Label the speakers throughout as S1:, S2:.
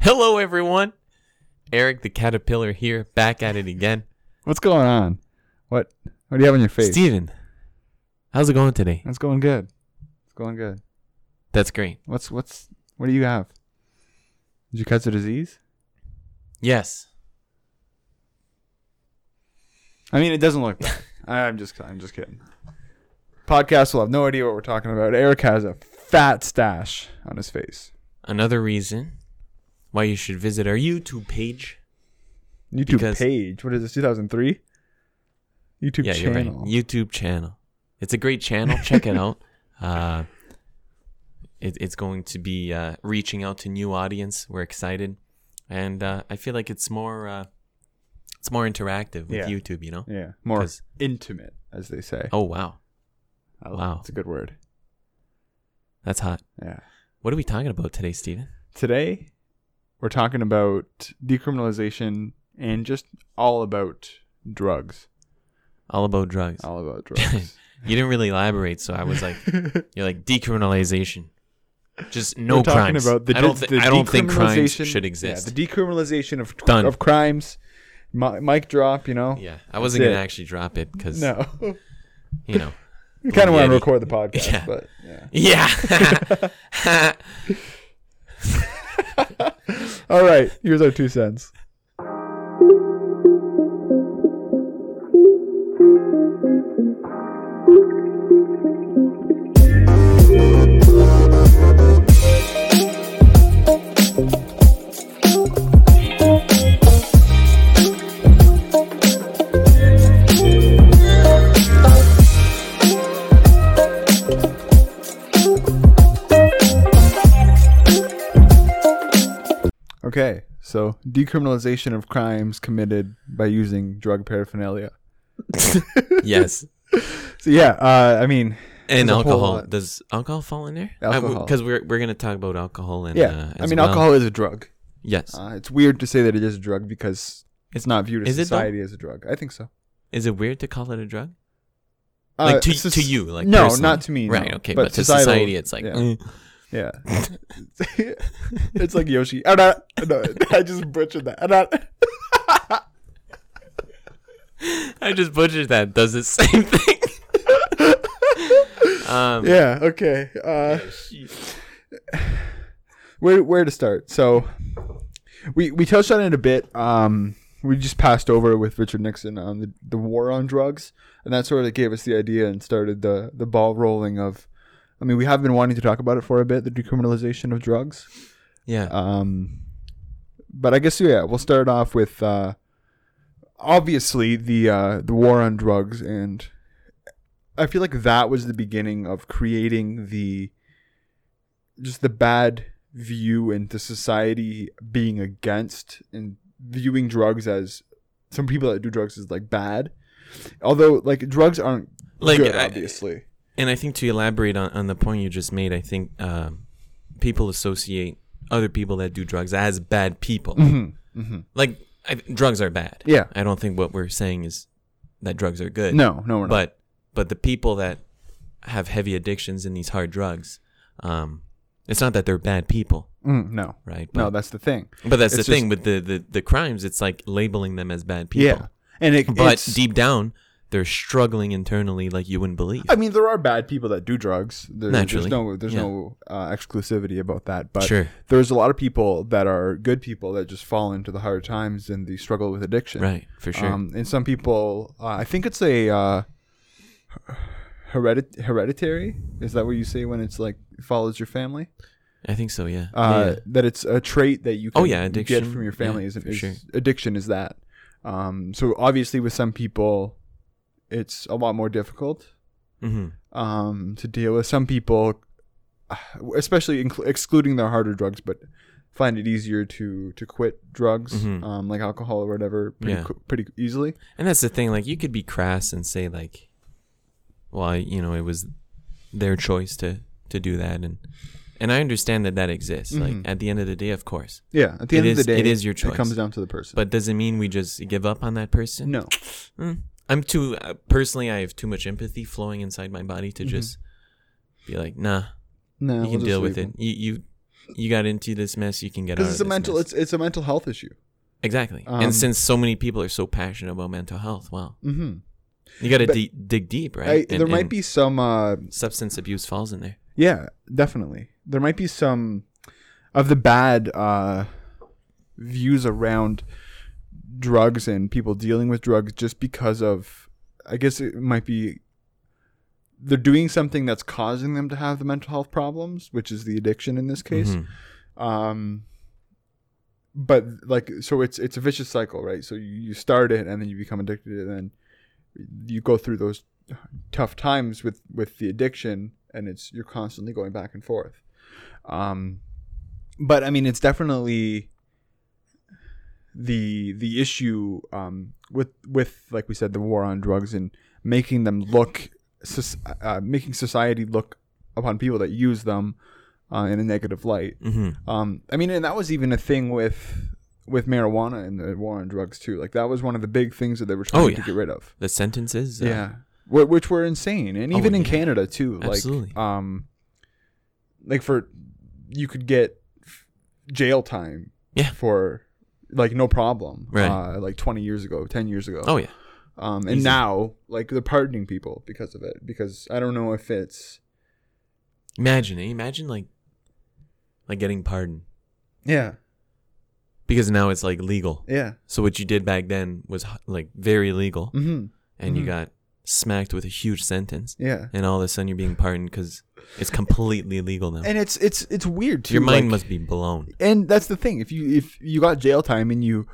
S1: Hello, everyone. Eric the Caterpillar here, back at it again.
S2: What's going on? What What do you have on your face?
S1: Steven, how's it going today?
S2: That's going good. It's going good.
S1: That's great.
S2: What's What's What do you have? Did you catch a disease?
S1: Yes.
S2: I mean, it doesn't look bad. I'm just I'm just kidding. Podcast will have no idea what we're talking about. Eric has a fat stash on his face.
S1: Another reason why you should visit our YouTube page.
S2: YouTube
S1: Because-
S2: page. What is this? 2003. YouTube
S1: yeah,
S2: channel.
S1: you're right. YouTube channel. It's a great channel. Check it out. Uh, it, it's going to be uh, reaching out to new audience. We're excited, and uh, I feel like it's more uh, it's more interactive with
S2: Yeah.
S1: YouTube. You know.
S2: yeah, more
S1: 'Cause-
S2: intimate, as they say.
S1: Oh wow,
S2: I
S1: Oh,
S2: love-
S1: wow.
S2: it's a good word.
S1: that's hot.
S2: Yeah.
S1: What are we talking about today, Steven?
S2: Today, we're talking about decriminalization and just all about drugs.
S1: All about drugs.
S2: All about drugs.
S1: You didn't really elaborate, so I was like, you're like decriminalization. Just no
S2: We're talking
S1: crimes.
S2: about the,
S1: I don't,
S2: de-
S1: thi-
S2: the
S1: I don't think crimes
S2: decriminalization-
S1: should
S2: Yeah,
S1: exist.
S2: the decriminalization of
S1: Done.
S2: of crimes. Mi- mic drop, you know.
S1: Yeah, I wasn't gonna
S2: it.
S1: actually drop it because
S2: No,
S1: you know.
S2: we kind of want
S1: Yeti.
S2: to record the podcast,
S1: Yeah.
S2: but yeah.
S1: Yeah.
S2: All right, here's our two cents. Okay, so decriminalization of crimes committed by using drug paraphernalia.
S1: yes.
S2: So yeah, uh, I mean,
S1: And
S2: There's a whole
S1: alcohol.
S2: lot.
S1: Does alcohol fall in there?
S2: Alcohol.
S1: Because we're we're gonna talk about alcohol and
S2: yeah,
S1: Uh,
S2: I
S1: as
S2: mean,
S1: well.
S2: alcohol is a drug.
S1: Yes.
S2: Uh, it's weird to say that it is a drug because it's not viewed as
S1: Is it though?
S2: society as a drug. I think so. Uh,
S1: Is it weird to call it a drug? Like, to-
S2: soc-
S1: to you, like,
S2: no,
S1: personally.
S2: not to me. no.
S1: Right. Okay. But, to
S2: societal-
S1: society, it's like.
S2: yeah,
S1: mm.
S2: yeah. it's like Yoshi. I'm not, no, I just butchered that. I'm not-
S1: I just butchered that. Does the same thing. um,
S2: yeah. Okay. Uh, where where to start? So we we touched on it a bit. Um, we just passed over with Richard Nixon on the, the war on drugs, and that sort of gave us the idea and started the the ball rolling of. I mean, we have been wanting to talk about it for a bit, the decriminalization of drugs.
S1: Yeah.
S2: Um, but I guess yeah, we'll start off with uh, obviously the uh, the war on drugs, and I feel like that was the beginning of creating the just the bad view into society being against and viewing drugs as some people that do drugs is like bad. Although like drugs aren't
S1: Like,
S2: good,
S1: I-
S2: obviously.
S1: And I think to elaborate on, on the point you just made, I think um, people associate other people that do drugs as bad people.
S2: Mm-hmm. Mm-hmm.
S1: Like, I, drugs are bad.
S2: Yeah.
S1: I don't think what we're saying is that drugs are good.
S2: No, no, we're not.
S1: But but the people that have heavy addictions and these hard drugs, um, it's not that they're bad people,
S2: Mm, no,
S1: right? But,
S2: no, that's the thing.
S1: but that's the
S2: it's
S1: thing with the, the, the crimes. It's like labeling them as bad people.
S2: Yeah, and it,
S1: But
S2: it's-
S1: deep down, they're struggling internally like you wouldn't believe.
S2: I mean, there are bad people that do drugs. There,
S1: Naturally.
S2: There's no, there's
S1: Yeah.
S2: no uh, exclusivity about that. But
S1: Sure.
S2: there's a lot of people that are good people that just fall into the hard times and the struggle with addiction.
S1: Right, for sure.
S2: Um, and some people, uh, I think it's a uh, heredit- hereditary. Is that what you say when it's like follows your family?
S1: I think so, yeah.
S2: Uh,
S1: yeah.
S2: That it's a trait that you can
S1: Oh, yeah, addiction.
S2: get from your family.
S1: Yeah,
S2: is,
S1: for
S2: is
S1: sure.
S2: addiction is that? Um, so obviously, with some people, it's a lot more difficult
S1: Mm-hmm.
S2: um, to deal with. Some people, especially inc- excluding their harder drugs, but find it easier to to quit drugs
S1: Mhm.
S2: um, like alcohol or whatever pretty,
S1: Yeah.
S2: qu- pretty easily.
S1: And that's the thing. Like, you could be crass and say, like, well, I, you know, it was their choice to to do that, and and I understand that that exists. Like,
S2: Mm-hmm.
S1: at the end of the day, of course.
S2: Yeah, at the
S1: It
S2: end
S1: is-
S2: of the day,
S1: it is your choice.
S2: It comes down to the person.
S1: But does it mean we just give up on that person?
S2: no,
S1: Mm. I'm too uh, personally. I have too much empathy
S2: Mm-hmm.
S1: flowing inside my body to just be like, nah,
S2: no,
S1: you can deal with it. You you you got into this mess, you can get out
S2: because
S1: of
S2: it's a
S1: this
S2: mental
S1: mess.
S2: it's it's a mental health issue.
S1: Exactly.
S2: Um,
S1: and since so many people are so passionate about mental health, wow.
S2: Mm-hmm.
S1: You got to
S2: But-
S1: de- dig deep, right?
S2: I,
S1: And-
S2: there might
S1: and
S2: be some uh,
S1: substance abuse falls in there.
S2: Yeah, definitely. There might be some of the bad uh, views around drugs and people dealing with drugs just because of, I guess it might be they're doing something that's causing them to have the mental health problems, which is the addiction in this case.
S1: Mhm.
S2: Um, but like, so it's it's a vicious cycle, right? So you, you start it, and then you become addicted, and then you go through those tough times with with the addiction, and it's you're constantly going back and forth. Um, but I mean, it's definitely the the issue um, with with like we said, the war on drugs and making them look, soc- uh, making society look upon people that use them uh, in a negative light.
S1: Mhm.
S2: Um, I mean, and that was even a thing with with marijuana and the war on drugs too. Like that was one of the big things that they were trying
S1: Oh,
S2: to
S1: yeah.
S2: get rid of.
S1: The sentences? uh,
S2: yeah, Wh- which were insane, and
S1: Oh,
S2: even in
S1: yeah.
S2: Canada too.
S1: Absolutely.
S2: Like, um, like for you could get f- jail time.
S1: Yeah.
S2: For like no problem.
S1: Right.
S2: Uh, like twenty years ago, ten years ago.
S1: Oh, yeah.
S2: Um, and
S1: Easy.
S2: now like they're pardoning people because of it. Because I don't know if it's
S1: Imagine, eh? imagine like like getting pardoned
S2: yeah
S1: because now it's like legal.
S2: yeah
S1: So what you did back then was h- like very legal
S2: mm-hmm.
S1: and
S2: mhm.
S1: you got smacked with a huge sentence
S2: yeah.
S1: and all of a sudden you're being pardoned cuz it's completely legal now.
S2: And it's it's it's weird too.
S1: Your mind
S2: like-
S1: must be blown.
S2: and that's the thing if you if you got jail time and you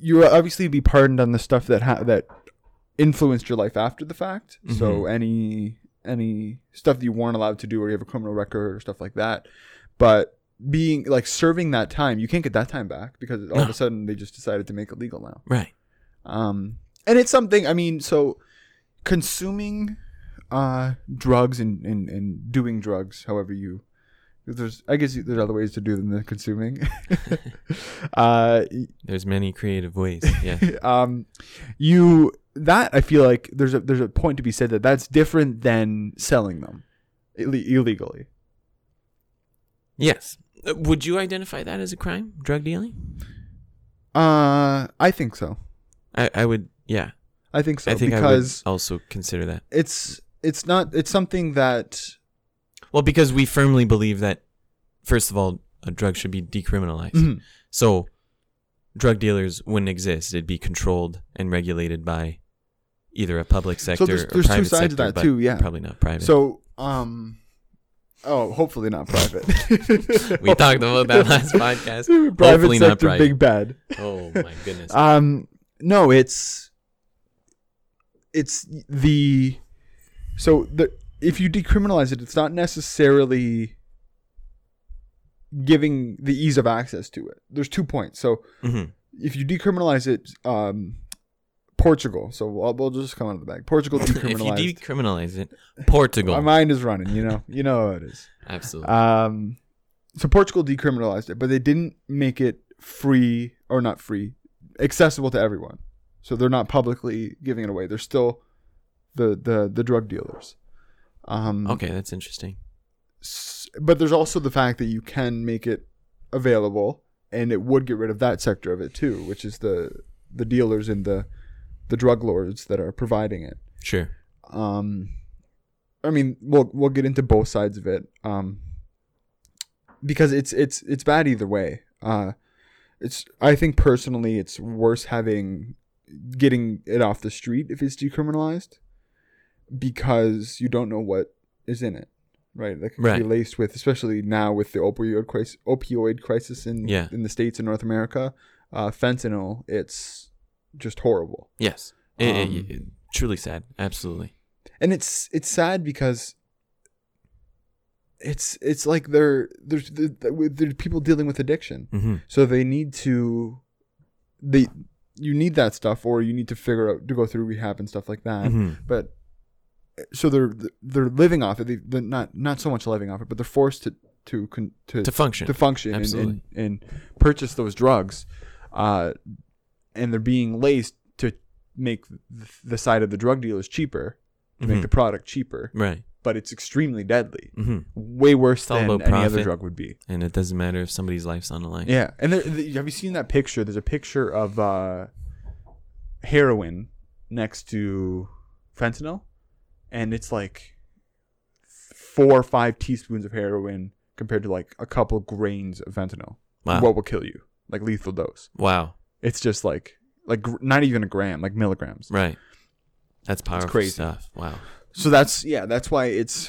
S2: you will obviously be pardoned on the stuff that ha- that influenced your life after the fact so
S1: Mhm.
S2: any any stuff that you weren't allowed to do or you have a criminal record or stuff like that but being like serving that time you can't get that time back because all of
S1: No.
S2: a sudden they just decided to make it legal now
S1: Right.
S2: um and it's something i mean so consuming uh drugs and and, and doing drugs however you there's i guess there's other ways to do them than consuming uh
S1: There's many creative ways. Yeah.
S2: um you that i feel like there's a there's a point to be said that that's different than selling them Ill- illegally
S1: yes. Uh, Would you identify that as a crime? Drug dealing?
S2: uh i think so
S1: I, I would yeah.
S2: i think so
S1: I think
S2: because
S1: I would also consider that.
S2: it's it's not it's something that
S1: Well, because we firmly believe that, first of all, a drug should be decriminalized.
S2: Mhm.
S1: So, drug dealers wouldn't exist. It'd be controlled and regulated by either a public sector
S2: there's-
S1: or
S2: there's two
S1: private
S2: sides to
S1: sector,
S2: that
S1: but
S2: too, yeah.
S1: probably not private.
S2: So, um, oh, hopefully not private.
S1: we talked about that last podcast.
S2: private
S1: Hopefully
S2: sector,
S1: not private.
S2: big bad.
S1: Oh my goodness.
S2: Um, no, it's it's the so the if you decriminalize it, it's not necessarily giving the ease of access to it. There's two points. So
S1: Mhm.
S2: if you decriminalize it, um, Portugal. So we'll, we'll just come out of the bag. Portugal decriminalized.
S1: if you decriminalize it, Portugal.
S2: My mind is running. You know. You know how it is.
S1: Absolutely.
S2: Um, so Portugal decriminalized it, but they didn't make it free or not free, accessible to everyone. So they're not publicly giving it away. They're still the the the drug dealers. Um,
S1: okay, that's interesting.
S2: s- But there's also the fact that you can make it available, and it would get rid of that sector of it too, which is the the dealers and the the drug lords that are providing it
S1: Sure.
S2: um i mean we'll we'll get into both sides of it um because it's it's it's bad either way uh it's i think personally it's worse having getting it off the street if it's decriminalized because you don't know what is in it right like it could
S1: Right.
S2: be laced with especially now with the opioid crisis opioid crisis in
S1: Yeah.
S2: in the states in north america uh fentanyl it's just horrible
S1: Yes. It- it-
S2: Um,
S1: it- truly sad. Absolutely.
S2: and it's it's sad because it's it's like they're there's the, the, there's people dealing with addiction
S1: hmm
S2: so they need to they you need that stuff or you need to figure out to go through rehab and stuff like that
S1: hmm
S2: but so they're they're living off it they, they're not not so much living off it but they're forced to to con, to,
S1: To function.
S2: to function and, and,
S1: Absolutely.
S2: and purchase those drugs uh, and they're being laced to make th- the side of the drug dealers cheaper to make
S1: Mhm.
S2: the product cheaper
S1: Right.
S2: but it's extremely deadly.
S1: hmm
S2: Way worse
S1: It's all
S2: than
S1: about
S2: any other
S1: profit.
S2: drug would be.
S1: And it doesn't matter if somebody's life's on the line.
S2: Yeah, and there, th have you seen that picture? There's a picture of uh, heroin next to fentanyl, and it's like four or five teaspoons of heroin compared to like a couple grains of fentanyl.
S1: Wow.
S2: What will kill you? Like lethal dose.
S1: Wow.
S2: It's just like like gr- not even a gram, like milligrams.
S1: Right. That's powerful
S2: crazy.
S1: stuff. Wow.
S2: So that's yeah, that's why it's.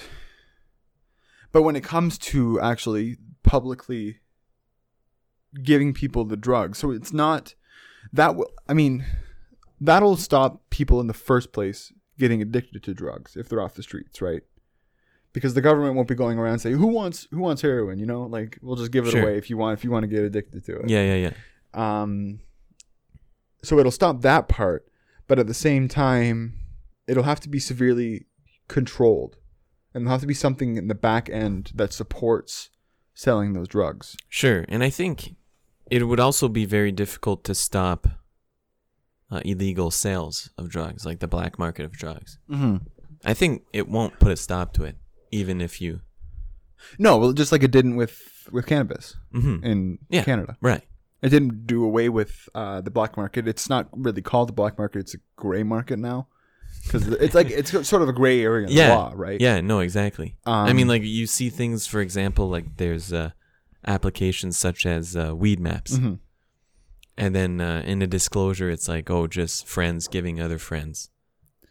S2: But when it comes to actually publicly giving people the drug, so it's not that. Will, I mean, that'll stop people in the first place getting addicted to drugs if they're off the streets, right? Because the government won't be going around saying who wants who wants heroin, you know? Like we'll just give it
S1: Sure.
S2: away if you want if you want to get addicted to it.
S1: Yeah, yeah, yeah.
S2: Um, so it'll stop that part, but at the same time, it'll have to be severely controlled, and there'll have to be something in the back end that supports selling those drugs.
S1: Sure. And I think it would also be very difficult to stop uh, illegal sales of drugs, like the black market of drugs.
S2: Mm-hmm.
S1: I think it won't put a stop to it, even if you.
S2: No, well, just like it didn't with with cannabis
S1: hmm
S2: in
S1: Yeah.
S2: Canada,
S1: Right.
S2: it didn't do away with uh, the black market. It's not really called the black market; it's a gray market now, because it's like it's sort of a gray area in the
S1: Yeah.
S2: law, right?
S1: Yeah, no, exactly. I
S2: Um,
S1: mean, like, you see things, for example, like there's uh, applications such as uh, weed maps.
S2: Mhm.
S1: And then uh, in the disclosure, it's like, oh, just friends giving other friends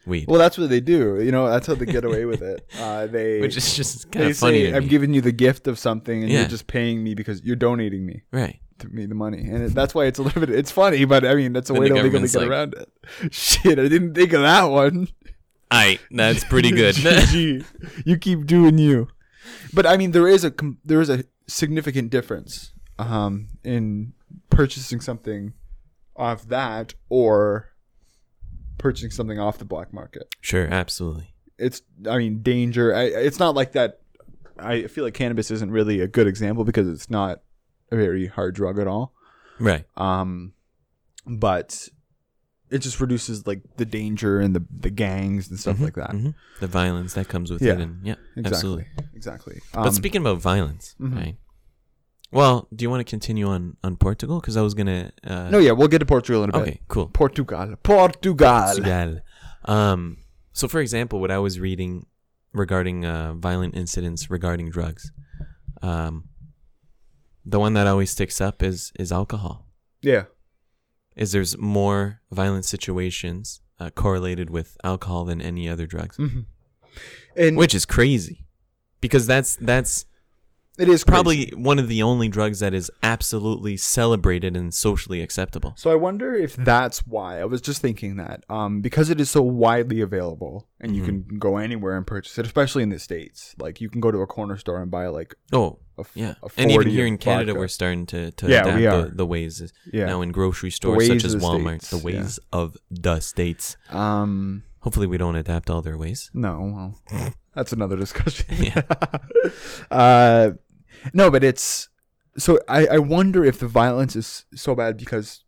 S1: weed,
S2: Well, that's what they do. You know, that's how they get away with it. Uh, they
S1: which is just kind
S2: they
S1: of funny.
S2: say
S1: to
S2: I'm
S1: me.
S2: giving you the gift of something, and
S1: Yeah.
S2: you're just paying me because you're donating me
S1: right.
S2: to me the money, and it, that's why it's a little bit. It's funny, but I mean that's a
S1: Then
S2: way
S1: the
S2: to legally
S1: government's
S2: get
S1: like-
S2: around it. Shit, I didn't think of that one.
S1: All right, that's pretty good.
S2: GG. you keep doing you, but I mean there is a com- there is a significant difference um, in purchasing something off that or purchasing something off the black market.
S1: sure, absolutely.
S2: it's I mean danger. I, it's not like that. I feel like cannabis isn't really a good example because it's not a very hard drug at all.
S1: Right.
S2: Um, but it just reduces like the danger and the the gangs and stuff
S1: Mhm,
S2: like that.
S1: mhm. The violence that comes with it.
S2: Yeah,
S1: And, yeah,
S2: Exactly.
S1: absolutely.
S2: Exactly.
S1: But
S2: Um,
S1: speaking about violence,
S2: mhm.
S1: right? Well, do you want to continue on, on Portugal? Because I was going to. Uh,
S2: no, yeah, we'll get to Portugal in a bit.
S1: Okay, cool.
S2: Portugal, Portugal.
S1: Portugal. Um, so, for example, what I was reading regarding uh, violent incidents regarding drugs, um, the one that always sticks up is is alcohol.
S2: Yeah,
S1: Is there's more violent situations uh, correlated with alcohol than any other drugs,
S2: Mhm. and
S1: which is crazy, because that's that's
S2: it is crazy.
S1: probably one of the only drugs that is absolutely celebrated and socially acceptable.
S2: So I wonder if that's why. I was just thinking that um, because it is so widely available and you
S1: Mm-hmm.
S2: can go anywhere and purchase it, especially in the states. Like you can go to a corner store and buy like
S1: Oh.
S2: a, f-
S1: Yeah,
S2: a 40
S1: and even here in
S2: of
S1: Canada,
S2: vodka.
S1: we're starting to, to
S2: Yeah,
S1: adapt
S2: we
S1: the,
S2: are.
S1: the ways
S2: yeah.
S1: now in grocery stores
S2: ways
S1: such
S2: of
S1: as
S2: the
S1: Walmart,
S2: States,
S1: the
S2: yeah.
S1: ways of the states.
S2: um,
S1: Hopefully, we don't adapt all their ways.
S2: no, well, that's another discussion.
S1: Yeah.
S2: uh, no, but it's so I, I wonder if the violence is so bad because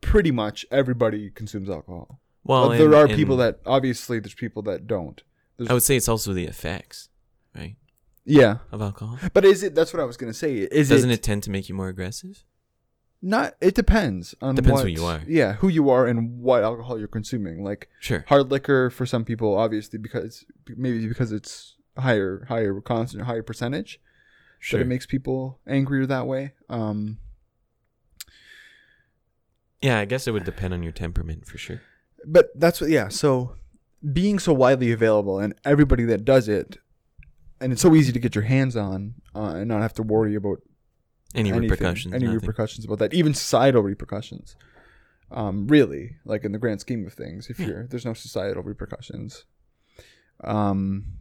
S2: pretty much everybody consumes alcohol.
S1: Well,
S2: Uh, there
S1: and-
S2: are
S1: and
S2: people that obviously there's people that don't.
S1: I would say it's also the effects, right,
S2: Yeah.
S1: of alcohol.
S2: But is it? That's what I was gonna say. Is
S1: Doesn't
S2: it,
S1: it, tend to make you more aggressive?
S2: not? It depends on
S1: Depends
S2: what,
S1: who you are.
S2: Yeah, who you are and what alcohol you're consuming. Like
S1: Sure.
S2: hard liquor for some people, obviously, because maybe because it's higher, higher constant, higher percentage
S1: Sure.
S2: that it makes people angrier that way. Um,
S1: yeah, I guess it would depend on your temperament for sure.
S2: but that's what. Yeah. So being so widely available and everybody that does it, and it's so easy to get your hands on uh, and not have to worry about
S1: Any
S2: anything,
S1: repercussions?
S2: any
S1: nothing.
S2: repercussions about that, even societal repercussions. Um, really, like in the grand scheme of things,
S1: Hmm.
S2: if you're there's no societal repercussions. Um,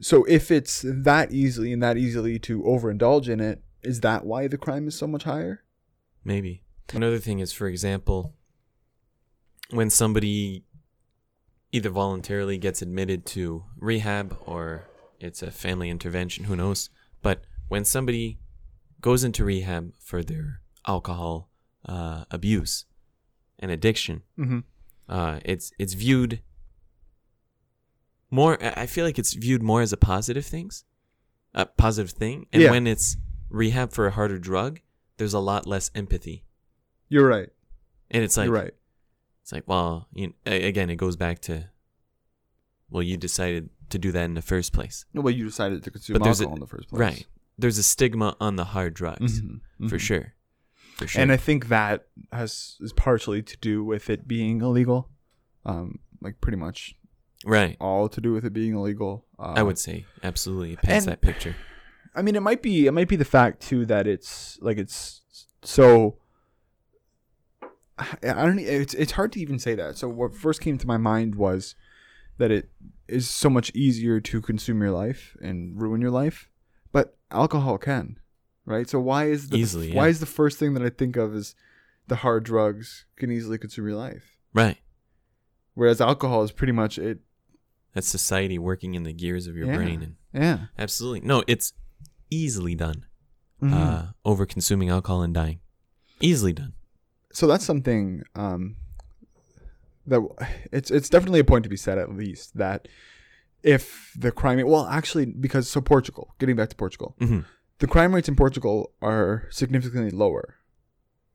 S2: so if it's that easily and that easily to overindulge in it, is that why the crime is so much higher?
S1: Maybe. Another thing is, for example, when somebody either voluntarily gets admitted to rehab or it's a family intervention, who knows? But when somebody goes into rehab for their alcohol uh, abuse and addiction,
S2: Mm-hmm.
S1: uh, it's it's viewed more i I feel like it's viewed more as a positive things a positive thing and
S2: Yeah.
S1: when it's rehab for a harder drug there's a lot less empathy
S2: You're right.
S1: and it's like
S2: You're right.
S1: it's like well you a- again it goes back to well you decided to do that in the first place
S2: No, well, you decided to consume
S1: But there's a-
S2: alcohol in the first place,
S1: right there's a stigma on the hard drugs
S2: Mhm,
S1: for
S2: mhm.
S1: sure for sure
S2: And I think that has is partially to do with it being illegal. Um, like pretty much
S1: right
S2: all to do with it being illegal. Uh,
S1: i would say absolutely it paints
S2: and-
S1: that picture
S2: I mean, it might be it might be the fact too that it's like it's so. I I don't. e, It's it's hard to even say that. So what first came to my mind was that it is so much easier to consume your life and ruin your life, but alcohol can, right? So why is the
S1: Easily,
S2: why
S1: yeah.
S2: is the first thing that I think of is the hard drugs can easily consume your life,
S1: right
S2: whereas alcohol is pretty much it.
S1: that's society working in the gears of your
S2: Yeah.
S1: brain and
S2: Yeah.
S1: absolutely no it's easily done
S2: Mhm.
S1: uh, over consuming alcohol and dying. Easily done.
S2: so that's something um, that it's it's definitely a point to be said at least that if the crime well actually because so Portugal getting back to Portugal
S1: hmm
S2: the crime rates in Portugal are significantly lower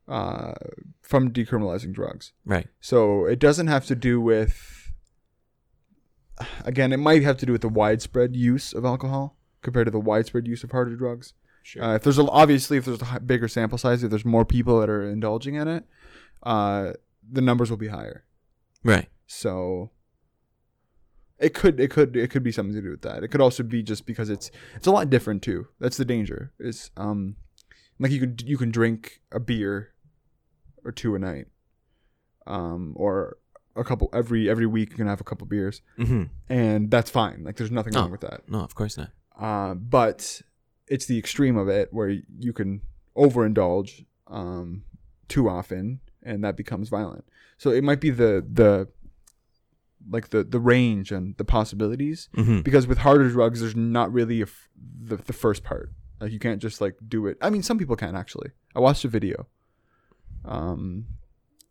S2: uh, from decriminalizing drugs
S1: Right.
S2: so it doesn't have to do with again it might have to do with the widespread use of alcohol compared to the widespread use of harder drugs
S1: Sure.
S2: uh, if there's a, obviously if there's a hi- bigger sample size, if there's more people that are indulging in it, uh, the numbers will be higher.
S1: right.
S2: So it could it could it could be something to do with that. It could also be just because it's it's a lot different too. That's the danger. It's um like you can you can drink a beer or two a night, um or a couple every every week you can have a couple beers
S1: hmm
S2: and that's fine. Like there's nothing
S1: Oh.
S2: wrong with that.
S1: No, of course not.
S2: Uh, but it's the extreme of it where you can overindulge um, too often, and that becomes violent. So it might be the the like the the range and the possibilities
S1: hmm
S2: because with harder drugs, there's not really a f- the the first part. Like you can't just like do it. I mean, some people can actually. I watched a video. Um.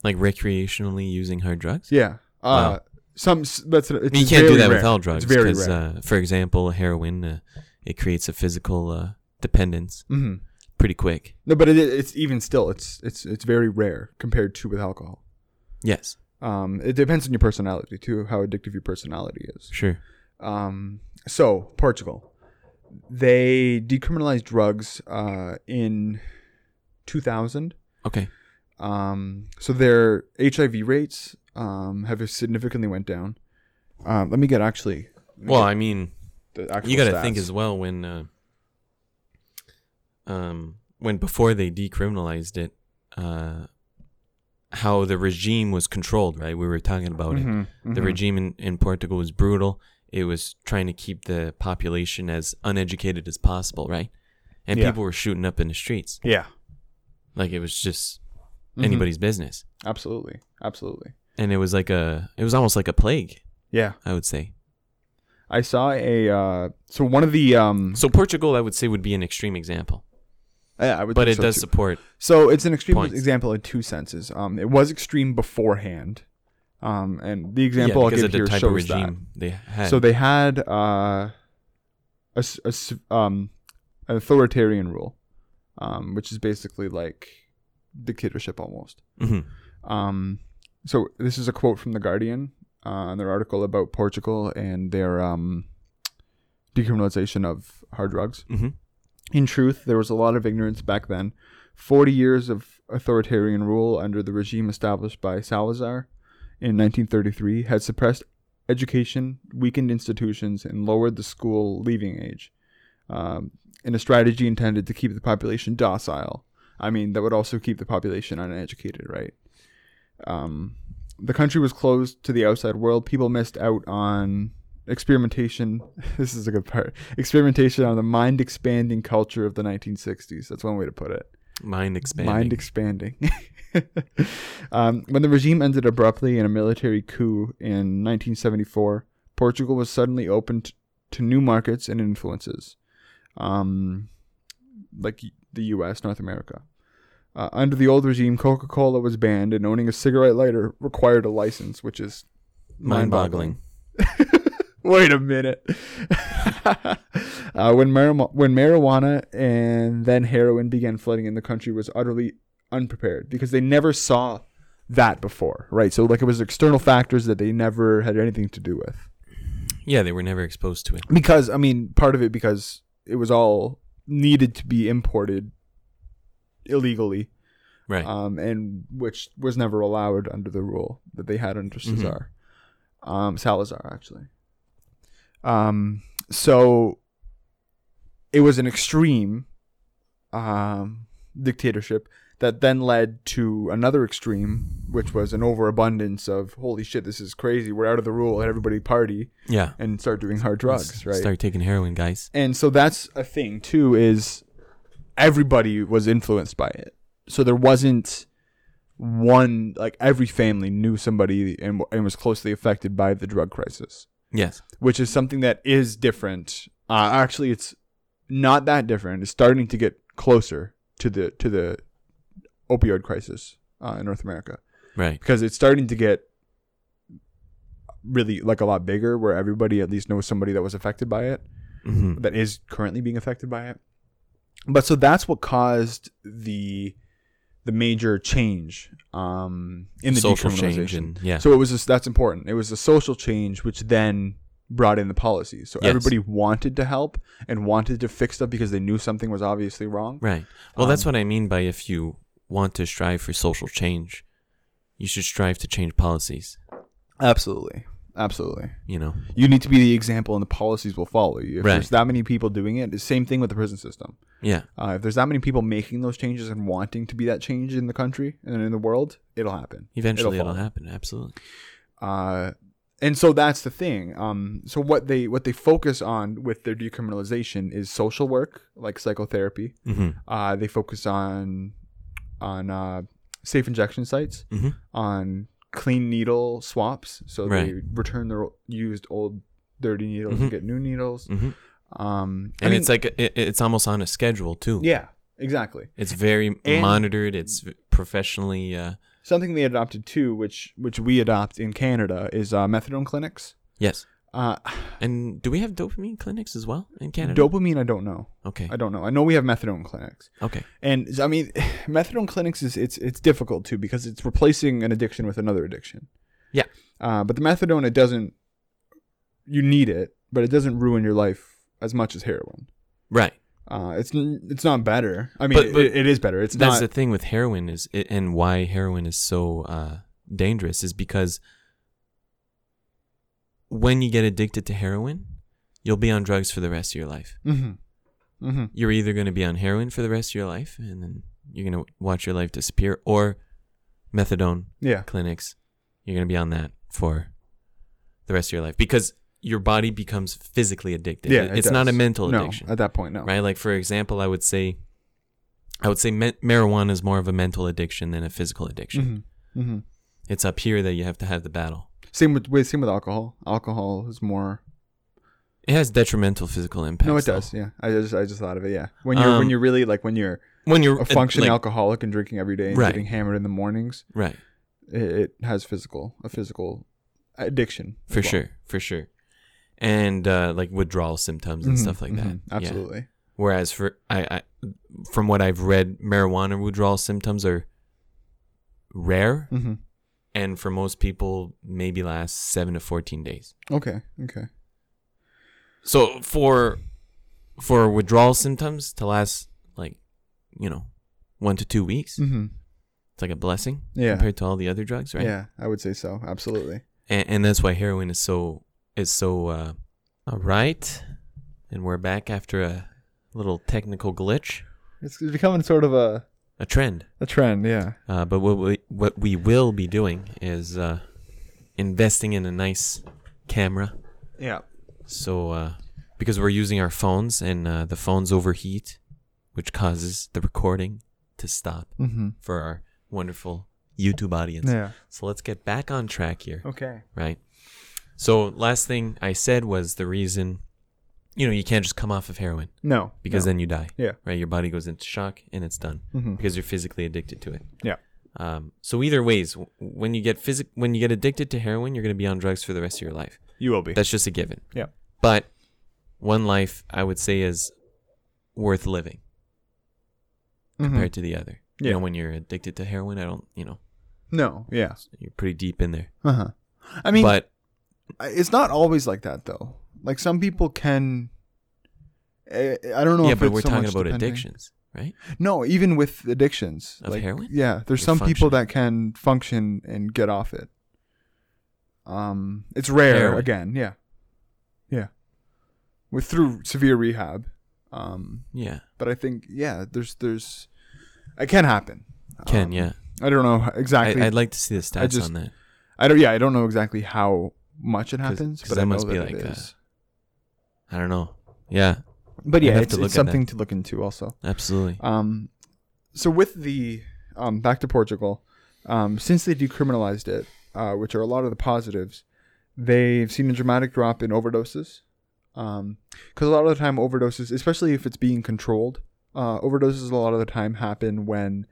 S1: Like recreationally using hard drugs.
S2: Yeah. Uh.
S1: Wow.
S2: Some. s- That's. It's
S1: I mean, you can't do
S2: very
S1: that
S2: rare.
S1: with all drugs.
S2: It's very
S1: 'cause,
S2: rare.
S1: Uh, for example, heroin, uh, it creates a physical uh, dependence
S2: hmm
S1: pretty quick.
S2: No, but it, it's even still. It's it's it's very rare compared to with alcohol.
S1: Yes.
S2: Um, it depends on your personality too, how addictive your personality is.
S1: Sure.
S2: Um, so Portugal, they decriminalized drugs uh, in 2000.
S1: Okay.
S2: Um, so their HIV rates um, have significantly went down. Um, let me get actually. let me
S1: Well,
S2: get
S1: I mean,
S2: the actual
S1: you got to think
S2: stats.
S1: as well when, uh, um, when before they decriminalized it, uh, how the regime was controlled. Right. We were talking about it.
S2: Mhm,
S1: The
S2: mhm.
S1: regime in, in Portugal was brutal. It was trying to keep the population as uneducated as possible, right? And
S2: Yeah.
S1: people were shooting up in the streets.
S2: Yeah,
S1: Like it was just
S2: Mhm.
S1: anybody's business.
S2: absolutely, absolutely.
S1: And it was like a it was almost like a plague,
S2: Yeah,
S1: I would say.
S2: I saw a uh, so one of the um.
S1: So Portugal I would say would be an extreme example.
S2: yeah, I would
S1: But
S2: think
S1: it
S2: so
S1: does
S2: too.
S1: support
S2: So it's an extreme
S1: Points.
S2: example in two senses. Um, it was extreme beforehand, um, and the
S1: yeah,
S2: example I'll
S1: because
S2: give
S1: of
S2: here
S1: the type of
S2: shows
S1: regime they
S2: that.
S1: had.
S2: So they had uh, a, s- a s- um, an authoritarian rule, um, which is basically like dictatorship almost.
S1: Mhm.
S2: Um, so this is a quote from the Guardian uh, in their article about Portugal and their um, decriminalization of hard drugs.
S1: Mhm.
S2: In truth, there was a lot of ignorance back then. Forty years of authoritarian rule under the regime established by Salazar in 1933 had suppressed education, weakened institutions, and lowered the school leaving age. Um, in a strategy intended to keep the population docile. I mean, that would also keep the population uneducated, right? um, the country was closed to the outside world. People missed out on experimentation. This is a good part. Experimentation on the mind expanding culture of the 1960s. That's one way to put it.
S1: mind expanding.
S2: Mind expanding. um, when the regime ended abruptly in a military coup in 1974, Portugal was suddenly opened to new markets and influences, um, like the U.S., North America. Uh, under the old regime, Coca Cola was banned, and owning a cigarette lighter required a license, which is
S1: Mind-boggling.
S2: Wait a minute. uh, when, marijuana, when marijuana and then heroin began flooding in the country was utterly unprepared because they never saw that before, right? So like it was external factors that they never had anything to do with.
S1: Yeah, they were never exposed to it.
S2: Because I mean, part of it because it was all needed to be imported illegally,
S1: Right.
S2: um, and which was never allowed under the rule that they had under Cesar, um, Salazar actually. Um, so it was an extreme um, dictatorship that then led to another extreme, which was an overabundance of holy shit, this is crazy, we're out of the rule, and everybody party
S1: yeah.
S2: and start doing hard drugs, right?
S1: Start taking heroin, guys.
S2: and so that's a thing too is everybody was influenced by it so there wasn't one like every family knew somebody and, and was closely affected by the drug crisis
S1: Yes.
S2: which is something that is different uh, actually it's not that different it's starting to get closer to the to the opioid crisis uh, in north america
S1: Right.
S2: because it's starting to get really like a lot bigger where everybody at least knows somebody that was affected by it
S1: hmm
S2: that is currently being affected by it. But so that's what caused the the major change um, in the
S1: Social
S2: decriminalization.
S1: change and yeah.
S2: So it was just, that's important. It was a social change which then brought in the policies. So
S1: Yes.
S2: everybody wanted to help and wanted to fix stuff because they knew something was obviously wrong.
S1: Right. Well, that's
S2: Um,
S1: what I mean by if you want to strive for social change, you should strive to change policies,
S2: Absolutely. Absolutely.
S1: you know.
S2: You need to be the example and the policies will follow you. If
S1: Right.
S2: there's that many people doing it, the same thing with the prison system.
S1: Yeah.
S2: Uh, if there's that many people making those changes and wanting to be that change in the country and in the world, it'll happen.
S1: Eventually it'll,
S2: follow.
S1: happen. Absolutely.
S2: Uh, and so that's the thing. Um, so what they what they focus on with their decriminalization is social work, like psychotherapy.
S1: Mm-hmm.
S2: Uh, they focus on on uh, safe injection sites,
S1: Mm-hmm.
S2: on clean needle swaps, so they
S1: Right.
S2: return their used old dirty needles and
S1: Mhm.
S2: get new needles.
S1: Mm-hmm. And
S2: Um, I
S1: it's like, it, it's almost on a schedule, too.
S2: yeah, exactly.
S1: It's very
S2: And-
S1: monitored. It's v- professionally, uh,
S2: something they adopted too, which which we adopt in Canada, is uh, methadone clinics.
S1: yes.
S2: Uh,
S1: And do we have dopamine clinics as well in Canada?
S2: dopamine, I don't know.
S1: Okay.
S2: I don't know. I know we have methadone clinics,
S1: Okay.
S2: and I mean, methadone clinics is it's it's difficult too because it's replacing an addiction with another addiction.
S1: Yeah.
S2: Uh, but the methadone, it doesn't. You need it, but it doesn't ruin your life as much as heroin.
S1: Right.
S2: Uh, it's n- it's not better. I mean,
S1: But- but
S2: it, it is better. It's
S1: That's
S2: not
S1: the thing with heroin is, it, and why heroin is so uh, dangerous is because when you get addicted to heroin, you'll be on drugs for the rest of your life.
S2: Mm-hmm. Mm-hmm.
S1: You're either going to be on heroin for the rest of your life, and then you're going to watch your life disappear, or methadone
S2: Yeah.
S1: clinics. You're going to be on that for the rest of your life because your body becomes physically addicted.
S2: Yeah.
S1: It-
S2: it
S1: it's not a
S2: does.
S1: mental
S2: No,
S1: addiction
S2: at that point. No.
S1: right? Like for example, I would say, I would say ma- marijuana is more of a mental addiction than a physical addiction.
S2: Mm-hmm. Mm-hmm.
S1: It's up here that you have to have the battle.
S2: Same with, with same with alcohol. Alcohol is more.
S1: It has detrimental physical impacts.
S2: No, it
S1: though.
S2: does. Yeah, I just I just thought of it. Yeah, when you're when
S1: Um,
S2: you're really like when you're
S1: When you're
S2: a functioning
S1: like-
S2: alcoholic and drinking every day and
S1: Right.
S2: getting hammered in the mornings,
S1: right?
S2: it, it has physical a physical addiction as
S1: For
S2: well.
S1: sure, for sure, and uh, like withdrawal symptoms and
S2: Mhm,
S1: stuff like that.
S2: mhm,
S1: Yeah.
S2: Absolutely.
S1: Whereas for I, I, from what I've read, marijuana withdrawal symptoms are rare,
S2: hmm
S1: and for most people, maybe last seven to fourteen days.
S2: Okay. Okay.
S1: So for for withdrawal symptoms to last like you know one to two weeks,
S2: hmm
S1: it's like a blessing
S2: Yeah.
S1: compared to all the other drugs, right?
S2: Yeah, I would say so. Absolutely.
S1: And, and that's why heroin is so is so. Uh, all right, and we're back after a little technical glitch,
S2: It's, it's becoming sort of a
S1: a trend.
S2: a trend. Yeah.
S1: Uh, but what we what we will be doing is uh, investing in a nice camera.
S2: Yeah.
S1: So, uh, because we're using our phones and uh, the phones overheat, which causes the recording to stop
S2: Mm-hmm.
S1: for our wonderful YouTube audience.
S2: Yeah.
S1: So, let's get back on track here,
S2: Okay.
S1: right? So, last thing I said was the reason, you know, you can't just come off of heroin
S2: No.
S1: because
S2: no.
S1: then you die,
S2: Yeah.
S1: right? Your body goes into shock and it's done
S2: Mhm.
S1: because you're physically addicted to it.
S2: Yeah.
S1: Um, so either ways, w- when you get physic, when you get addicted to heroin, you're going to be on drugs for the rest of your life.
S3: You will be.
S1: That's just a given.
S3: Yeah.
S1: But one life I would say is worth living
S2: Mhm.
S1: compared to the other.
S3: Yeah.
S1: You know, when you're addicted to heroin, I don't, you know,
S2: Mm-hmm. No, yeah.
S1: you're pretty deep in there.
S2: Uh huh. I mean,
S1: but
S2: it's not always like that though. Like some people can. I I don't know.
S1: yeah,
S2: if
S1: but
S2: it's
S1: we're
S2: so
S1: talking
S2: much
S1: about
S2: depending-
S1: addictions, right?
S2: No, even with addictions
S1: Of heroin?
S2: Yeah, there's
S1: They
S2: some people
S1: function.
S2: that can function and get off it. Um, it's rare
S1: Heroin.
S2: again. Yeah, yeah. With through severe rehab, um,
S1: Yeah.
S2: but I think yeah, there's there's, it can happen.
S1: Can,
S2: Um,
S1: yeah.
S2: I don't know
S1: I,
S2: exactly. I,
S1: I'd like to see the stats
S2: just-
S1: on that.
S2: don't. Yeah, I don't know exactly how much it
S1: 'Cause-
S2: happens,
S1: 'cause
S2: but
S1: that
S2: I know
S1: must be
S2: that it
S1: like, uh,
S2: is.
S1: I don't know. Yeah,
S2: But
S1: I'd
S2: yeah,
S1: have
S2: it's,
S1: to look
S2: it's
S1: at that.
S2: something to look into also.
S1: absolutely.
S2: Um, so with the um, back to Portugal, um, since they decriminalized it, uh, which are a lot of the positives, they've seen a dramatic drop in overdoses. Because a lot of the time, overdoses, especially if it's being controlled, uh, overdoses a lot of the time happen when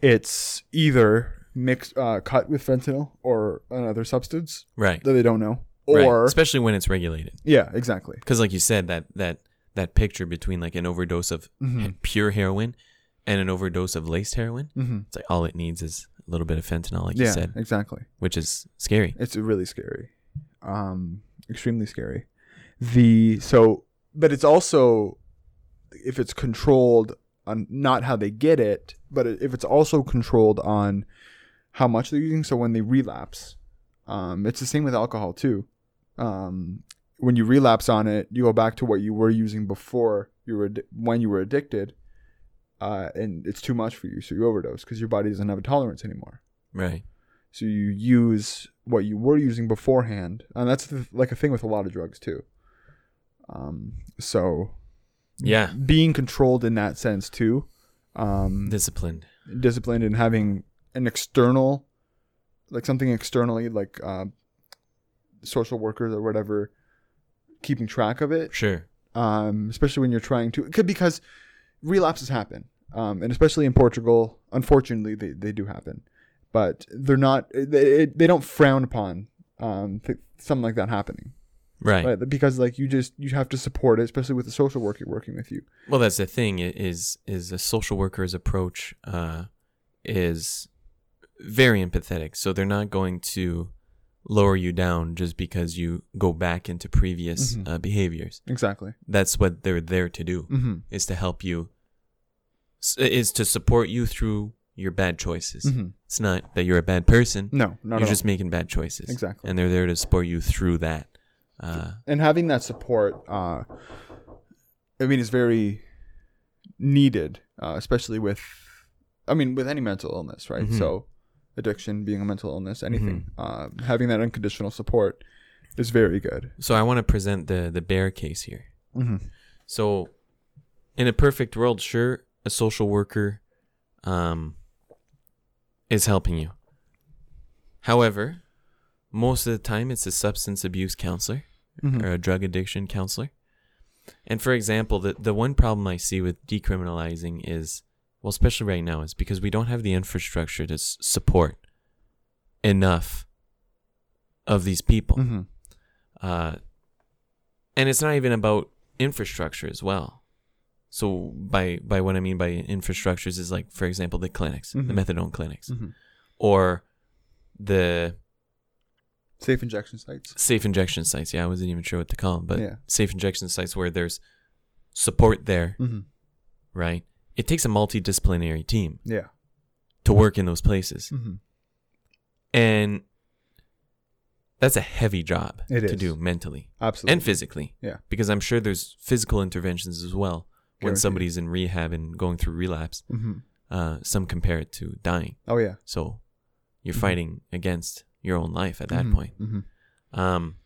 S2: it's either mixed, uh, cut with fentanyl or another substance
S1: Right.
S2: that they don't know,
S1: right.
S2: or
S1: especially when it's regulated.
S2: yeah, exactly.
S1: Because like you said, that that that picture between like an overdose of
S2: Mhm.
S1: pure heroin and an overdose of laced heroin,
S2: hmm
S1: it's like all it needs is a little bit of fentanyl, like
S2: Yeah,
S1: you said,
S2: exactly.
S1: which is scary.
S2: It's really scary. Um extremely scary. The so but it's also if it's controlled on not how they get it, but if it's also controlled on how much they're using so when they relapse. Um it's the same with alcohol too. Um when you relapse on it, you go back to what you were using before you were addi- when you were addicted. Uh, and it's too much for you, so you overdose because your body doesn't have a tolerance anymore.
S1: Right.
S2: So you use what you were using beforehand, and that's the, like a thing with a lot of drugs too. Um, so
S1: Yeah.
S2: being controlled in that sense too, um,
S1: Disciplined.
S2: disciplined and having an external, like something externally, like uh, social workers or whatever, keeping track of it
S1: Sure.
S2: um, especially when you're trying to could because relapses happen um, and especially in portugal unfortunately they, they do happen but they're not they, they don't frown upon um, th- something like that happening
S1: Right.
S2: right because like you just you have to support it especially with the social worker working with you
S1: Well, that's the thing i- is is a social worker's approach uh, is very empathetic. So they're not going to lower you down just because you go back into previous
S2: Mhm.
S1: uh, behaviors.
S2: exactly
S1: That's what they're there to do
S2: mm-hmm.
S1: is to help you s- is to support you through your bad choices.
S2: Mhm.
S1: It's not that you're a bad person.
S2: no
S1: you're
S2: not at all.
S1: just making bad choices.
S2: Exactly.
S1: And they're there to support you through that. Uh,
S2: and having that support uh i mean is very needed uh, especially with i mean with any mental illness right
S1: Mhm.
S2: so addiction being a mental illness anything
S1: Mm-hmm.
S2: uh, having that unconditional support is very good
S1: so I want to present the the bear case here.
S2: mm-hmm.
S1: So, in a perfect world, sure, a social worker um, is helping you. However, most of the time, it's a substance abuse counselor
S2: Mhm.
S1: or a drug addiction counselor. And for example, the, the one problem I see with decriminalizing is, well, especially right now, is because we don't have the infrastructure to s- support enough of these people
S2: Mm-hmm.
S1: uh, and it's not even about infrastructure as well. So by by what I mean by infrastructures is like, for example, the clinics,
S2: Mhm.
S1: the methadone clinics,
S2: Mhm.
S1: or the
S2: safe injection sites
S1: safe injection sites. Yeah, I wasn't even sure what to call them, but
S2: Yeah.
S1: safe injection sites where there's support there,
S2: mm-hmm.
S1: right? It takes a multidisciplinary team
S2: yeah
S1: to work in those places,
S2: mm-hmm.
S1: and that's a heavy job
S2: It
S1: to
S2: is.
S1: do mentally.
S2: absolutely
S1: and physically.
S2: Yeah.
S1: Because I'm sure there's physical interventions as well when
S2: Guaranteed.
S1: somebody's in rehab and going through relapse.
S2: mm-hmm.
S1: Uh, some compare it to dying.
S2: oh yeah
S1: So you're fighting against your own life at that point.
S2: mm-hmm.
S1: Um,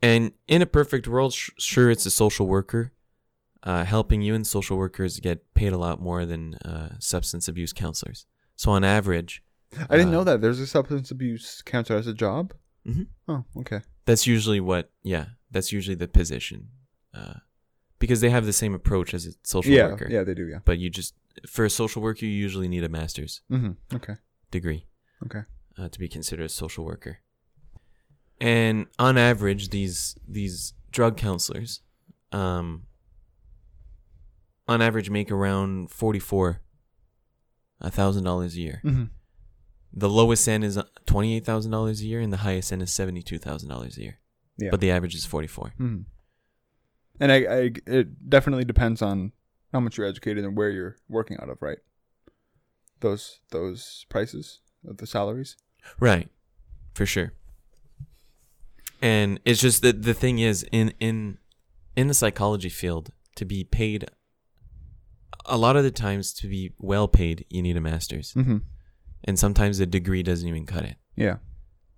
S1: and in a perfect world, sh- sure, it's a social worker uh, helping you, and social workers get paid a lot more than uh, substance abuse counselors. So on average,
S2: i didn't
S1: Uh,
S2: know that there's a substance abuse counselor as a job
S1: Mhm.
S2: oh okay
S1: that's usually what yeah that's usually the position uh, because they have the same approach as a social
S2: yeah
S1: worker
S2: yeah they do yeah
S1: but you just for a social worker you usually need a master's
S2: mm-hmm. okay
S1: degree
S2: okay
S1: uh, to be considered a social worker and on average, these these drug counselors, um, on average, make around forty four thousand dollars a year.
S2: Mhm.
S1: The lowest end is twenty eight thousand dollars a year, and the highest end is seventy two thousand dollars a year.
S2: Yeah.
S1: But the average is forty four.
S2: Mhm. And I, I, it definitely depends on how much you're educated and where you're working out of, right? Those those prices of the salaries.
S1: Right. For sure. And it's just that the thing is in in in the psychology field to be paid a lot of the times to be well paid you need a masters
S2: Mm-hmm.
S1: and sometimes a degree doesn't even cut it.
S2: Yeah.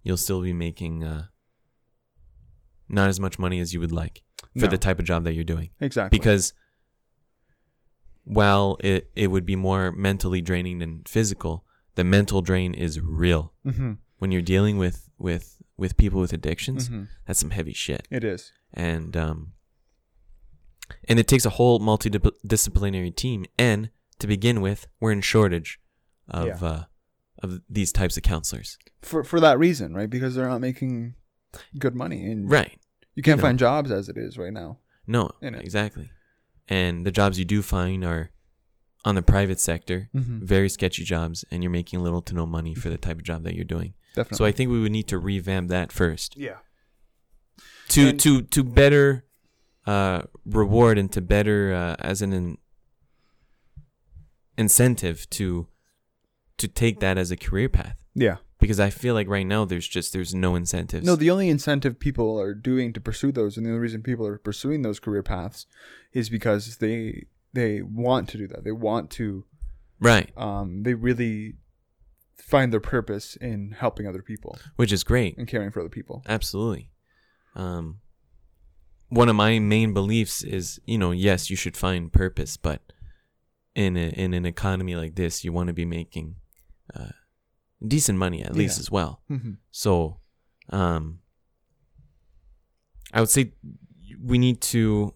S1: You'll still be making uh not as much money as you would like for
S2: No.
S1: the type of job that you're doing
S2: Exactly.
S1: because while it it would be more mentally draining than physical, the mental drain is real
S2: hmm
S1: when you're dealing with with with people with addictions
S2: hmm
S1: that's some heavy shit
S2: It is.
S1: and um and it takes a whole multidisciplinary team and to begin with we're in shortage of
S2: Yeah.
S1: uh of these types of counselors
S2: for for that reason, right? Because they're not making good money, and
S1: right
S2: you can't
S1: No.
S2: find jobs as it is right now.
S1: no
S2: I know.
S1: exactly and the jobs you do find are on the private sector
S2: Mm-hmm.
S1: very sketchy jobs and you're making little to no money for the type of job that you're doing
S2: Definitely.
S1: so i think we would need to revamp that first
S2: yeah.
S1: to
S2: And-
S1: to to better uh, reward and to better uh, as an in- incentive to to take that as a career path
S2: Yeah.
S1: because I feel like right now there's just there's no incentives.
S2: No, the only incentive people are doing to pursue those, and the only reason people are pursuing those career paths, is because they they want to do that. They want to.
S1: right,
S2: Um, they really find their purpose in helping other people
S1: which is great,
S2: and caring for other people.
S1: absolutely. Um, one of my main beliefs is you know yes you should find purpose, but in a, in an economy like this you want to be making uh, decent money at least
S2: Yeah.
S1: as well.
S2: Mm-hmm.
S1: So, um, I would say we need to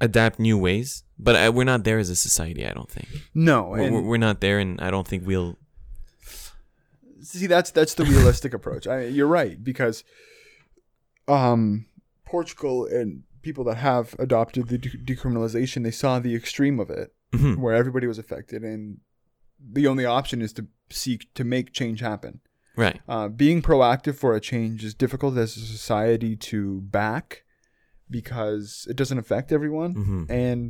S1: adapt new ways, but I, we're not there as a society. I don't think
S2: No,
S1: we're,
S2: and
S1: we're- we're not there, and I don't think we'll.
S2: see that's that's the realistic approach I, you're right because um portugal and people that have adopted the de- decriminalization they saw the extreme of it
S1: Mhm.
S2: where everybody was affected and the only option is to seek to make change happen
S1: right,
S2: uh, being proactive for a change is difficult as a society to back because it doesn't affect everyone
S1: Mhm.
S2: and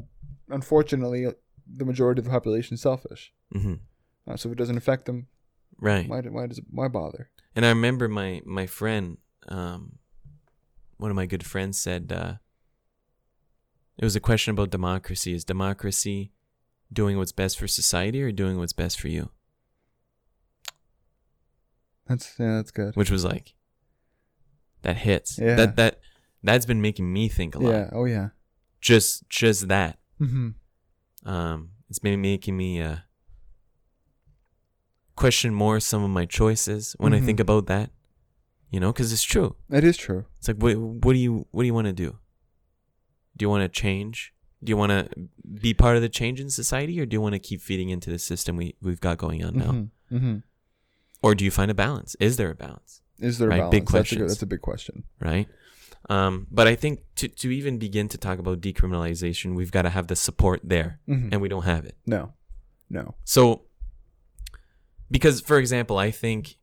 S2: unfortunately the majority of the population is selfish
S1: hmm
S2: uh, so if it doesn't affect them
S1: right.
S2: why, do- why does why bother
S1: And I remember my my friend, um, one of my good friends said, uh, it was a question about democracy. Is democracy doing what's best for society or doing what's best for you?
S2: That's yeah, that's good.
S1: which was like that hits.
S2: Yeah.
S1: That that that's been making me think a lot.
S2: Yeah. Oh yeah.
S1: Just just that.
S2: Mm-hmm.
S1: Um it's been making me uh question more some of my choices when
S2: Mhm.
S1: I think about that. You know, cuz it's true.
S2: That is true.
S1: It's like what what do you what do you want to do? Do you want to change? Do you want to be part of the change in society or do you want to keep feeding into the system we we've got going on now?
S2: Mm-hmm. hmm
S1: Or do you find a balance? Is there a balance?
S2: Is there a
S1: Right,
S2: balance?
S1: big
S2: that's, a good,
S1: questions.
S2: that's a big question.
S1: right? Um, but I think to, to even begin to talk about decriminalization, we've got to have the support there,
S2: Mhm.
S1: and we don't have it.
S2: No. No.
S1: So, because for example, I think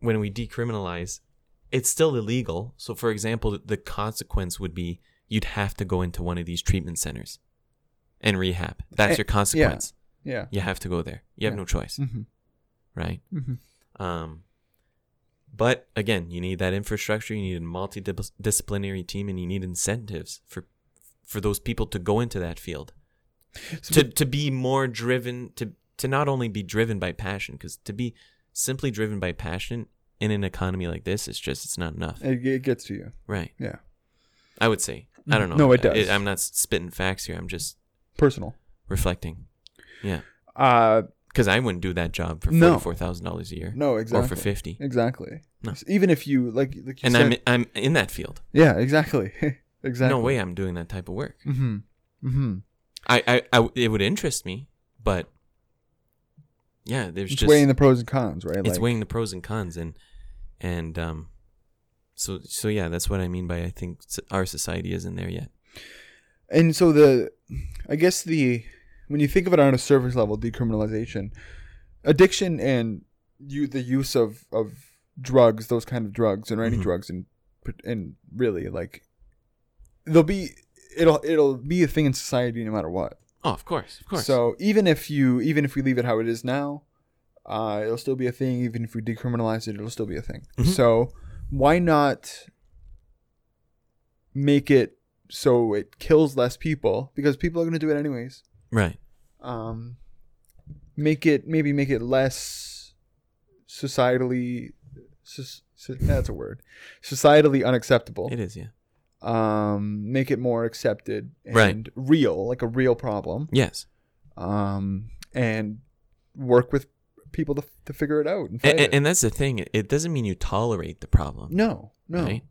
S1: when we decriminalize, it's still illegal. So, for example, the consequence would be you'd have to go into one of these treatment centers and rehab. That's
S2: Eh,
S1: your consequence.
S2: Yeah.
S1: You have to go there. You have
S2: Yeah.
S1: no choice,
S2: Mm-hmm.
S1: right?
S2: Mm-hmm.
S1: Um, but again, you need that infrastructure. You need a multidisciplinary team, and you need incentives for for those people to go into that field to to be more driven to to not only be driven by passion, because to be simply driven by passion in an economy like this is just it's not enough,
S2: It, it gets to you.
S1: right?
S2: Yeah.
S1: I would say I don't know.
S2: No, it
S1: I-
S2: does.
S1: I'm not spitting facts here. I'm just
S2: Personal.
S1: reflecting. Yeah,
S2: Uh.
S1: because I wouldn't do that job for
S2: No.
S1: forty four thousand dollars a year
S2: No. Exactly.
S1: or for fifty,
S2: Exactly.
S1: No.
S2: Even if you like, like you
S1: and
S2: said.
S1: I'm I'm in that field.
S2: yeah. Exactly. exactly.
S1: No way I'm doing that type of work.
S2: Mm-hmm. Mm-hmm.
S1: I, I, I it would interest me, but yeah, there's
S2: It's
S1: just
S2: weighing the pros and cons, right?
S1: it's weighing the pros and cons and and um So so yeah, that's what I mean by I think s- our society isn't there yet.
S2: And so the, I guess the, when you think of it on a surface level, decriminalization, addiction and you the use of of drugs, those kind of drugs, and any
S1: Mhm.
S2: drugs, and and really like, there'll be it'll it'll be a thing in society no matter what.
S1: Oh, of course, of course.
S2: So even if you even if we leave it how it is now, uh, it'll still be a thing. Even if we decriminalize it, it'll still be a thing.
S1: Mhm.
S2: So why not make it so it kills less people because people are going to do it anyways.
S1: right.
S2: Um, make it maybe make it less societally. soc- so- that's a word. Societally unacceptable.
S1: It is, yeah.
S2: Um, make it more accepted and
S1: Right.
S2: real, like a real problem
S1: Yes.
S2: um, and work with people to, to figure it out. And
S1: A- a-
S2: fight
S1: And,
S2: it.
S1: that's the thing. it- It doesn't mean you tolerate the problem.
S2: no, no.
S1: Right?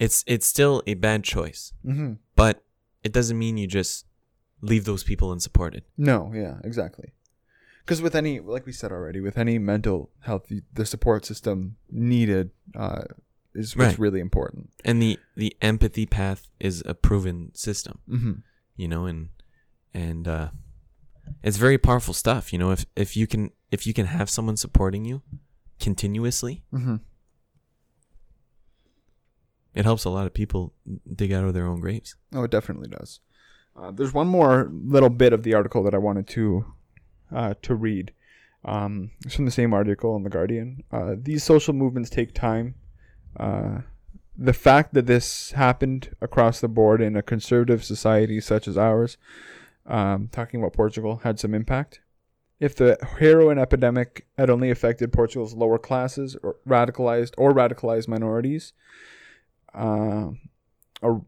S1: It's it's still a bad choice,
S2: hmm
S1: but it doesn't mean you just leave those people unsupported.
S2: No, yeah, exactly. Because with any, like we said already, with any mental health, the, the support system needed uh, is what's
S1: Right.
S2: really important.
S1: And the the empathy path is a proven system,
S2: Mm-hmm.
S1: you know, and and uh, it's very powerful stuff. You know, if if you can if you can have someone supporting you continuously,
S2: Mm-hmm.
S1: it helps a lot of people dig out of their own graves.
S2: Oh, it definitely does. Uh, there's one more little bit of the article that I wanted to uh, to read. Um, it's from the same article in the Guardian. Uh, These social movements take time. Uh, the fact that this happened across the board in a conservative society such as ours, um, talking about Portugal, had some impact. If the heroin epidemic had only affected Portugal's lower classes, or radicalized or radicalized minorities, uh, a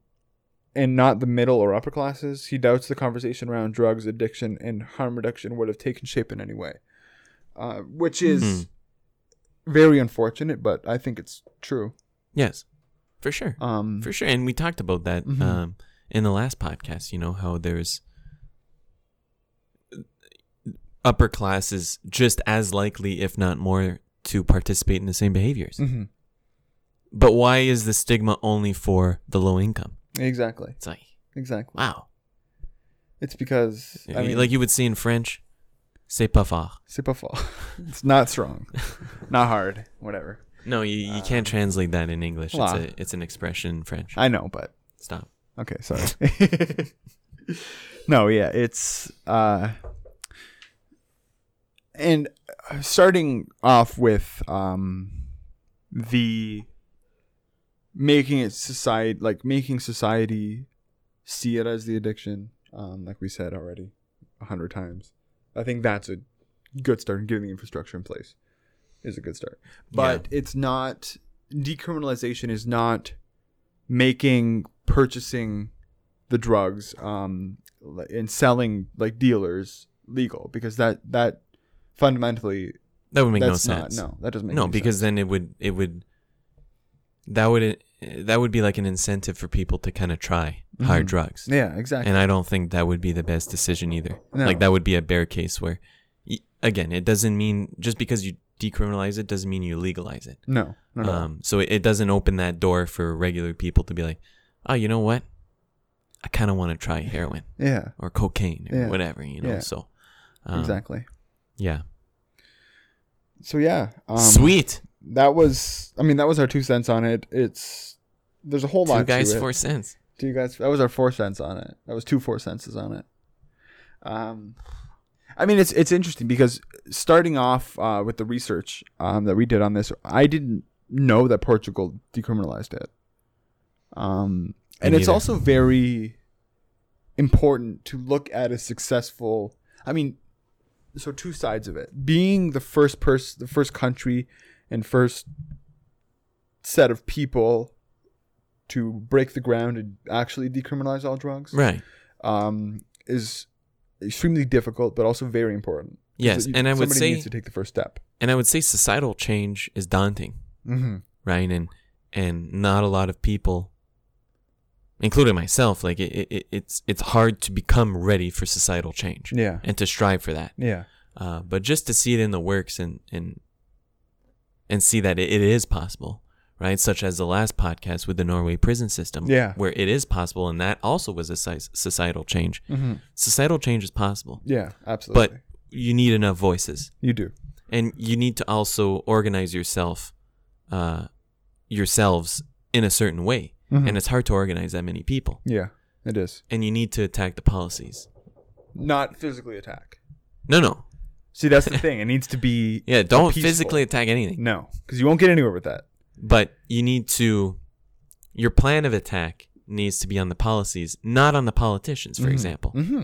S2: and not the middle or upper classes, he doubts the conversation around drugs, addiction, and harm reduction would have taken shape in any way. Uh, which is very unfortunate, but I think it's true.
S1: Yes, for sure.
S2: Um,
S1: For sure, and we talked about that
S2: Mhm.
S1: um, in the last podcast. You know how there's upper classes just as likely, if not more, to participate in the same behaviors.
S2: mhm,
S1: But why is the stigma only for the low income?
S2: Exactly.
S1: It's like
S2: Exactly.
S1: wow,
S2: It's because I mean,
S1: like you would see in French, c'est pas fort.
S2: c'est pas fort. it's not strong, not hard, whatever.
S1: No, you, you can't translate that in English.
S2: Wow.
S1: It's a, it's an expression in French.
S2: I know, but
S1: Stop.
S2: Okay, sorry. no, yeah, it's uh and uh, starting off with um the making it society like making society see it as the addiction, um, like we said already a hundred times. I think that's a good start and getting the infrastructure in place is a good start. But it's not decriminalization is not making purchasing the drugs um li- and selling like dealers legal because that that fundamentally
S1: That would make no
S2: that's not
S1: sense.
S2: no that doesn't make
S1: no
S2: any
S1: because then it would it would that would that would be like an incentive for people to kind of try hard
S2: Mhm.
S1: drugs
S2: sense. yeah exactly
S1: and i don't think that would be the best decision either
S2: No.
S1: like that would be a bare case where y- again it doesn't mean just because you decriminalize it doesn't mean you legalize it
S2: no no no
S1: um, so it, it doesn't open that door for regular people to be like oh you know what i kind of want to try heroin
S2: yeah
S1: or cocaine or
S2: Yeah.
S1: whatever you know
S2: Yeah.
S1: so um,
S2: exactly
S1: yeah
S2: so yeah um,
S1: sweet
S2: that was I mean that was our two cents on it it's there's a whole lot
S1: two guys
S2: to it.
S1: four cents
S2: Do you guys? That was our four cents on it. That was two four senses on it. Um, I mean, it's it's interesting because starting off uh, with the research um, that we did on this, I didn't know that Portugal decriminalized it. Um, and it's
S1: neither.
S2: also very important to look at a successful. I mean, so two sides of it. Being the first person, the first country, and first set of people to break the ground and actually decriminalize all drugs
S1: right
S2: um, is extremely difficult, but also very important.
S1: yes
S2: So you-
S1: and i would
S2: somebody
S1: say
S2: needs to take the first step.
S1: and I would say societal change is daunting,
S2: Mm-hmm.
S1: right? And and not a lot of people, including myself, like it, it it's it's hard to become ready for societal change
S2: Yeah,
S1: and to strive for that.
S2: yeah,
S1: Uh, but just to see it in the works and and and see that it, it is possible, right? Such as the last podcast with the Norway prison system,
S2: Yeah.
S1: where it is possible, and that also was a soci- societal change. Societal change is possible,
S2: Mm-hmm. Yeah, absolutely.
S1: but you need enough voices,
S2: you do.
S1: and you need to also organize yourself, uh, yourselves in a certain way,
S2: Mm-hmm.
S1: and it's hard to organize that many people,
S2: Yeah, it is.
S1: and you need to attack the policies.
S2: Not physically attack.
S1: No, no,
S2: See, that's the thing. It needs to be
S1: yeah, don't
S2: peaceful.
S1: physically attack anything.
S2: no, because you won't get anywhere with that.
S1: but you need to your plan of attack needs to be on the policies not on the politicians for example
S2: Mm-hmm.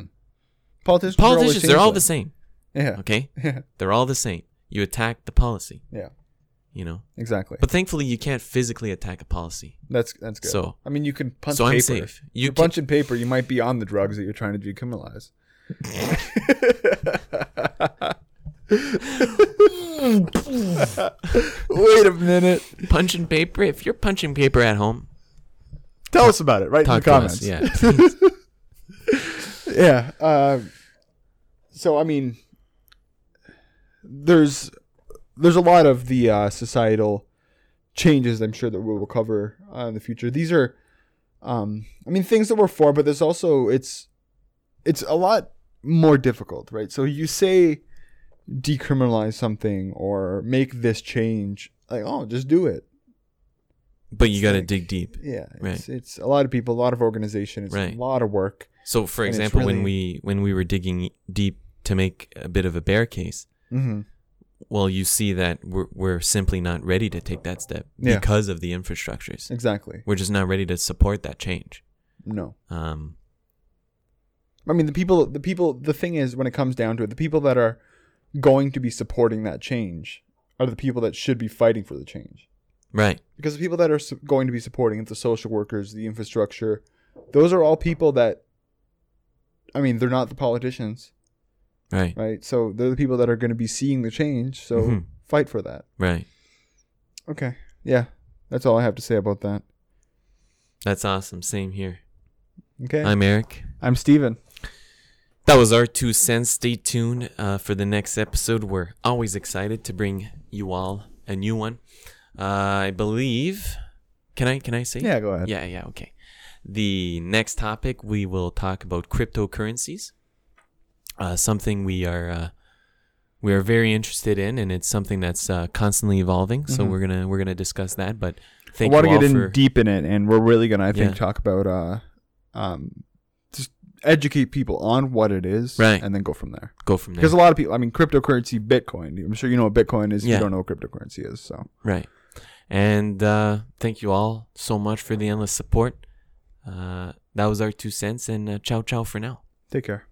S2: Politicians. are always
S1: politicians they're all the
S2: changeling.
S1: same
S2: Yeah.
S1: okay
S2: Yeah.
S1: they're all the same you attack the policy
S2: Yeah.
S1: you know
S2: Exactly.
S1: but thankfully you can't physically attack a policy
S2: That's that's good.
S1: So-
S2: I mean, you can punch
S1: so
S2: paper.
S1: i'm safe
S2: You
S1: you
S2: are punching paper, you might be on the drugs that you're trying to decriminalize. Wait a minute.
S1: can punching paper if you're punching paper at home
S2: Tell us about it. Right in the
S1: talk to
S2: Uh,
S1: us
S2: comments.
S1: yeah please.
S2: yeah. Uh, so I mean, there's there's a lot of the uh, societal changes I'm sure that we will cover uh, in the future. These are, um, I mean, things that we're for, but there's also it's it's a lot more difficult, right? So you say decriminalize something or make this change, like oh, just do it.
S1: but you got to dig deep
S2: Yeah, it's,
S1: Right.
S2: it's a lot of people, a lot of organization, it's
S1: Right.
S2: a lot of work.
S1: so for
S2: And it's
S1: example when we
S2: really-
S1: when we were digging deep to make a bit of a bear case
S2: Mm-hmm.
S1: well, you see that we're, we're simply not ready to take that step
S2: Yeah.
S1: because of the infrastructures.
S2: Exactly.
S1: We're just not ready to support that change.
S2: No.
S1: Um,
S2: I mean, the people, the people, the thing is, when it comes down to it, the people that are going to be supporting that change are the people that should be fighting for the change.
S1: right.
S2: Because the people that are su- going to be supporting it, the social workers, the infrastructure, those are all people that, I mean, they're not the politicians,
S1: Right.
S2: right? So they're the people that are going to be seeing the change. So
S1: Mhm.
S2: fight for that.
S1: Right.
S2: Okay. Yeah. That's all I have to say about that.
S1: That's awesome. Same here.
S2: Okay. I'm,
S1: I'm Eric.
S2: I'm Steven.
S1: That was our two cents. Stay tuned uh, for the next episode. We're always excited to bring you all a new one. Uh, I believe. Can I? Can I say?
S2: Yeah, go ahead.
S1: Yeah. Yeah. Okay. The next topic we will talk about cryptocurrencies. Uh, something we are uh, we are very interested in, and it's something that's uh, constantly evolving. So
S2: Mhm.
S1: we're gonna we're gonna discuss that. But
S2: I
S1: thank
S2: want
S1: you
S2: to
S1: all
S2: get in
S1: for
S2: deep in it, and we're really gonna, I think,
S1: Yeah.
S2: talk about uh, um, just educate people on what it is,
S1: Right.
S2: And then go from there.
S1: go from there.
S2: Because a lot of people, I mean, cryptocurrency, Bitcoin. I'm sure you know what Bitcoin is. if
S1: Yeah.
S2: You don't know what cryptocurrency is, so
S1: Right. And uh, thank you all so much for the endless support. Uh, that was our two cents, and uh, ciao, ciao for now.
S2: take care.